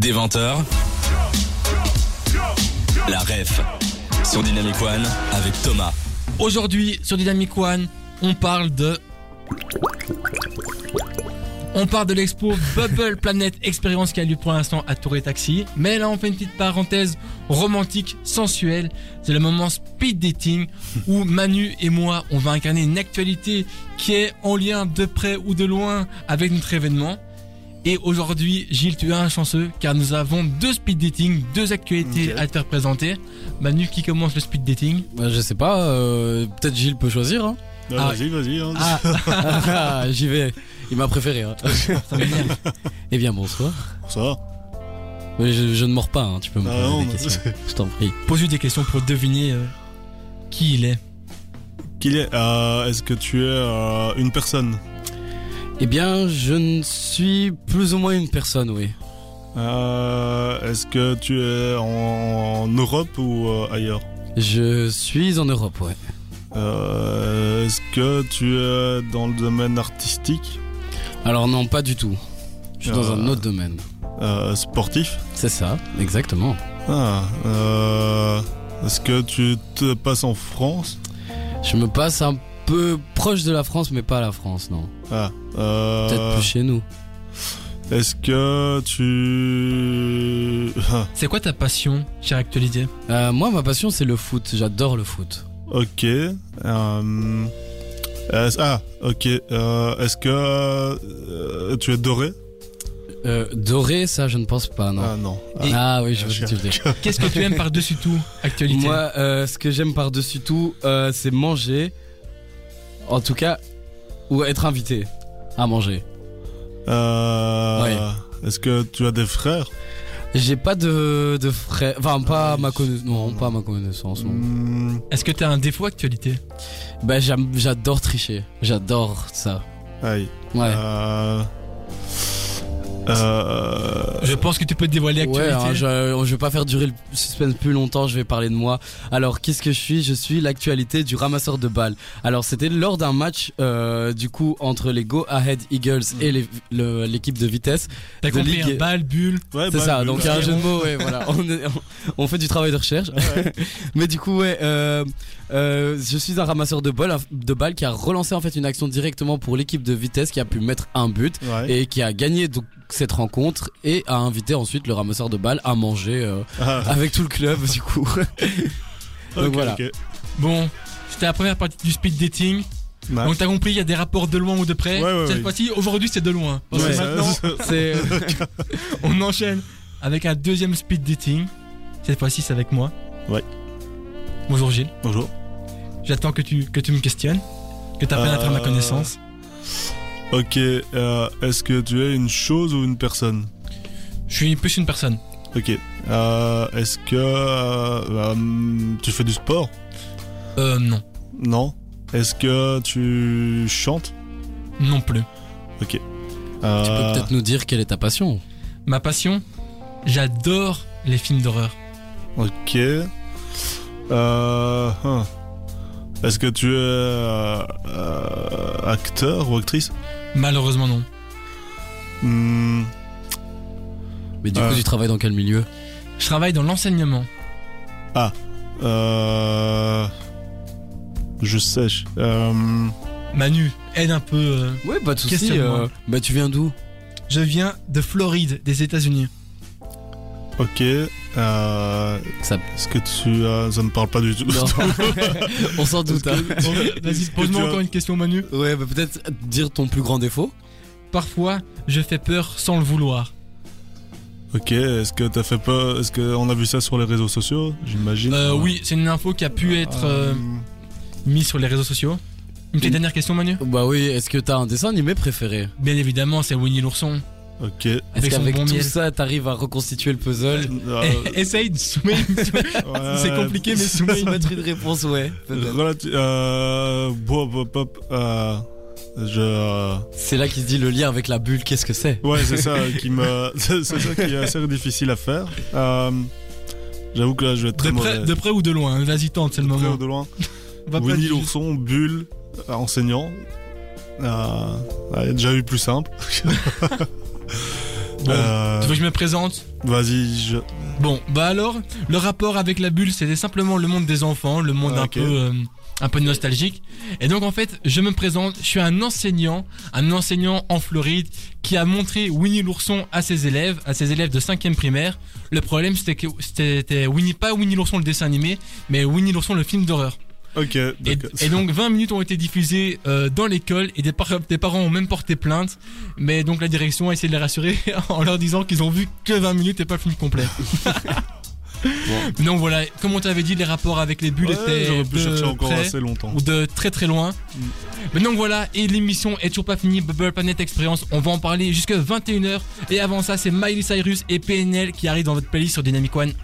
Des 20h, la ref sur Dynamic One avec Thomas. Aujourd'hui, sur Dynamic One, on parle de. On parle de l'expo Bubble Planet Experience qui a lieu pour l'instant à Tour et Taxi. Mais là, on fait une petite parenthèse romantique, sensuelle. C'est le moment speed dating où Manu et moi, on va incarner une actualité qui est en lien de près ou de loin avec notre événement. Et aujourd'hui, Gilles, tu es un chanceux car nous avons deux speed dating, deux actualités Ok. à te représenter. Manu qui commence le speed dating. Bah, je sais pas, euh, peut-être Gilles peut choisir. hein. Non, Ah. Vas-y, vas-y. hein. Ah, Ah, J'y vais, il m'a préféré. hein. ça m'énerve. eh bien, bonsoir. Bonsoir. Mais je, je ne mords pas, hein, tu peux me Ah poser non, des questions. Je t'en prie. pose-lui des questions pour deviner euh, qui il est. Qu'il est euh, Est-ce que tu es euh, une personne Eh bien, je ne suis plus ou moins une personne, oui. Euh, Est-ce que tu es en, en Europe ou euh, ailleurs Je suis en Europe, ouais. Euh, Est-ce que tu es dans le domaine artistique Alors non, pas du tout. Je suis dans Euh. un autre domaine. euh, Sportif C'est ça, exactement. Ah, euh, Est-ce que tu te passes en France Je me passe un peu proche de la France, mais pas à la France, non. Ah, Peut-être euh, plus chez nous. Est-ce que tu... Ah, C'est quoi ta passion, chère actualité Euh, moi, ma passion, c'est le foot. J'adore le foot. Ok. euh, est-ce- ah, ok. euh, Est-ce que euh, tu es doré Euh, doré, ça, je ne pense pas, non. Ah non. Ah, Ah, oui, je Ah, vois ce que je- tu veux dire. Qu'est-ce que tu aimes par-dessus tout, actualité Moi, euh, ce que j'aime par-dessus tout, euh, c'est manger. En tout cas, ou être invité à manger. euh, Est-ce que tu as des frères J'ai pas de, de frais. Enfin, pas Ah à oui, ma c'est- connaissance. Non, non. pas à ma connaissance. non. Hmm, Est-ce que t'as un défaut, actualité Bah, j'aime- j'adore tricher. J'adore ça. Aïe. Ouais. Euh, euh, Je pense que tu peux te dévoiler, Ouais, actualité. hein, je, je vais pas faire durer le suspense plus longtemps, je vais parler de moi. Alors, qu'est-ce que je suis Je suis l'actualité du ramasseur de balles. Alors, c'était lors d'un match, euh, du coup, entre les Go Ahead Eagles et les- le- l'équipe de vitesse. T'as de compris, ligue. un bal, bulle. ouais, C'est bah, ça, je- donc il y a un jeu de mots, ouais, voilà. On, est- on- on fait du travail de recherche. Mais du coup, ouais, euh, euh, je suis un ramasseur de balles, de balles qui a relancé en fait une action directement pour l'équipe de vitesse qui a pu mettre un but Ouais. et qui a gagné donc cette rencontre et a invité ensuite le ramasseur de balles à manger euh, Ah, avec tout le club du coup. donc ok, voilà. ok. Bon, c'était la première partie du speed dating. Hein? Ouais. Donc t'as compris, il y a des rapports de loin ou de près. Ouais, ouais, Cette ouais. fois-ci, aujourd'hui, c'est de loin. Parce que Ouais. maintenant, C'est on enchaîne avec un deuxième speed dating. Cette fois-ci, c'est avec moi. Ouais. Bonjour Gilles. Bonjour. J'attends que tu, que tu me questionnes, que t'apprennes à faire ma Euh, connaissance. Ok. euh, Est-ce que tu es une chose ou une personne Je suis plus une personne. Ok. Euh, Est-ce que euh, hum, tu fais du sport Euh, non. Non. Est-ce que tu chantes Non plus. tu peux Euh, peut-être nous dire quelle est ta passion. Ma passion, j'adore les films d'horreur. Ok. Euh, hein. Est-ce que tu es euh, euh, acteur ou actrice Malheureusement non. Hmm, Mais du Euh. coup, tu travailles dans quel milieu Je travaille dans l'enseignement. euh, Je sèche. Euh, Manu, aide un peu. euh. Ouais, pas de souci, souci. euh, Bah, tu viens d'où Je viens de Floride, des États-Unis. ok. Euh, Ça- Est-ce que tu as... Ça ne parle pas du tout. Non. On s'en doute. hein. Bon, Vas-y, tu pose-moi as- encore une question, Manu. Ouais, bah peut-être dire ton plus grand défaut. Parfois, je fais peur sans le vouloir. ok. Est-ce que t'as fait peur Est-ce qu'on a vu ça sur les réseaux sociaux J'imagine. Euh, oui, c'est une info qui a Ah. pu être euh, mise sur les réseaux sociaux. Une petite Une- dernière question, Manu Bah oui, est-ce que t'as un dessin animé préféré Bien évidemment, c'est Winnie l'ourson. Ok. Est-ce Avec son qu'avec bon tout miel. ça, t'arrives à reconstituer le puzzle Euh, Eh, Eh, Essaye de soumettre. c'est ouais. compliqué, mais Pour soumettre. mettre une réponse, ouais. peut-être. Relati- euh, bo- bo- pop, euh, je. euh, C'est là qu'il se dit le lien avec la bulle, qu'est-ce que c'est Ouais, c'est ça euh, qui me. C'est c'est ça qui est assez difficile à faire. Euh, J'avoue que là, je vais être De très près, mauvais. de près ou de loin, hein. vas-y, tente, c'est le De près moment. ou de loin. On va pas Winnie dire- l'ourson, Bulle, euh, enseignant. Euh, ouais, déjà eu plus simple. Euh, Tu veux que je me présente Vas-y, je. Bon, bah alors, le rapport avec la bulle, c'était simplement le monde des enfants, le monde Ah, un ok. peu... euh, un peu nostalgique. Et donc en fait, je me présente, je suis un enseignant, un enseignant en Floride qui a montré Winnie l'ourson à ses élèves, à ses élèves de 5e primaire. Le problème c'était que c'était Winnie pas Winnie l'ourson le dessin animé, mais Winnie l'ourson le film d'horreur. Ok, Et, d'accord. et donc 20 minutes ont été diffusées euh, dans l'école et des, par- des parents ont même porté plainte. Mais donc la direction a essayé de les rassurer en leur disant qu'ils ont vu que 20 minutes et pas le film complet. Donc voilà, comme on t'avait dit, les rapports avec les bulles Ouais, étaient J'aurais pu de chercher encore près assez Mm. longtemps. ou de très très loin. Mais donc voilà, et l'émission est toujours pas finie, Bubble Planet Experience, on va en parler jusqu'à 21h. Et avant ça, c'est Miley Cyrus et PNL qui arrivent dans votre playlist sur Dynamic One.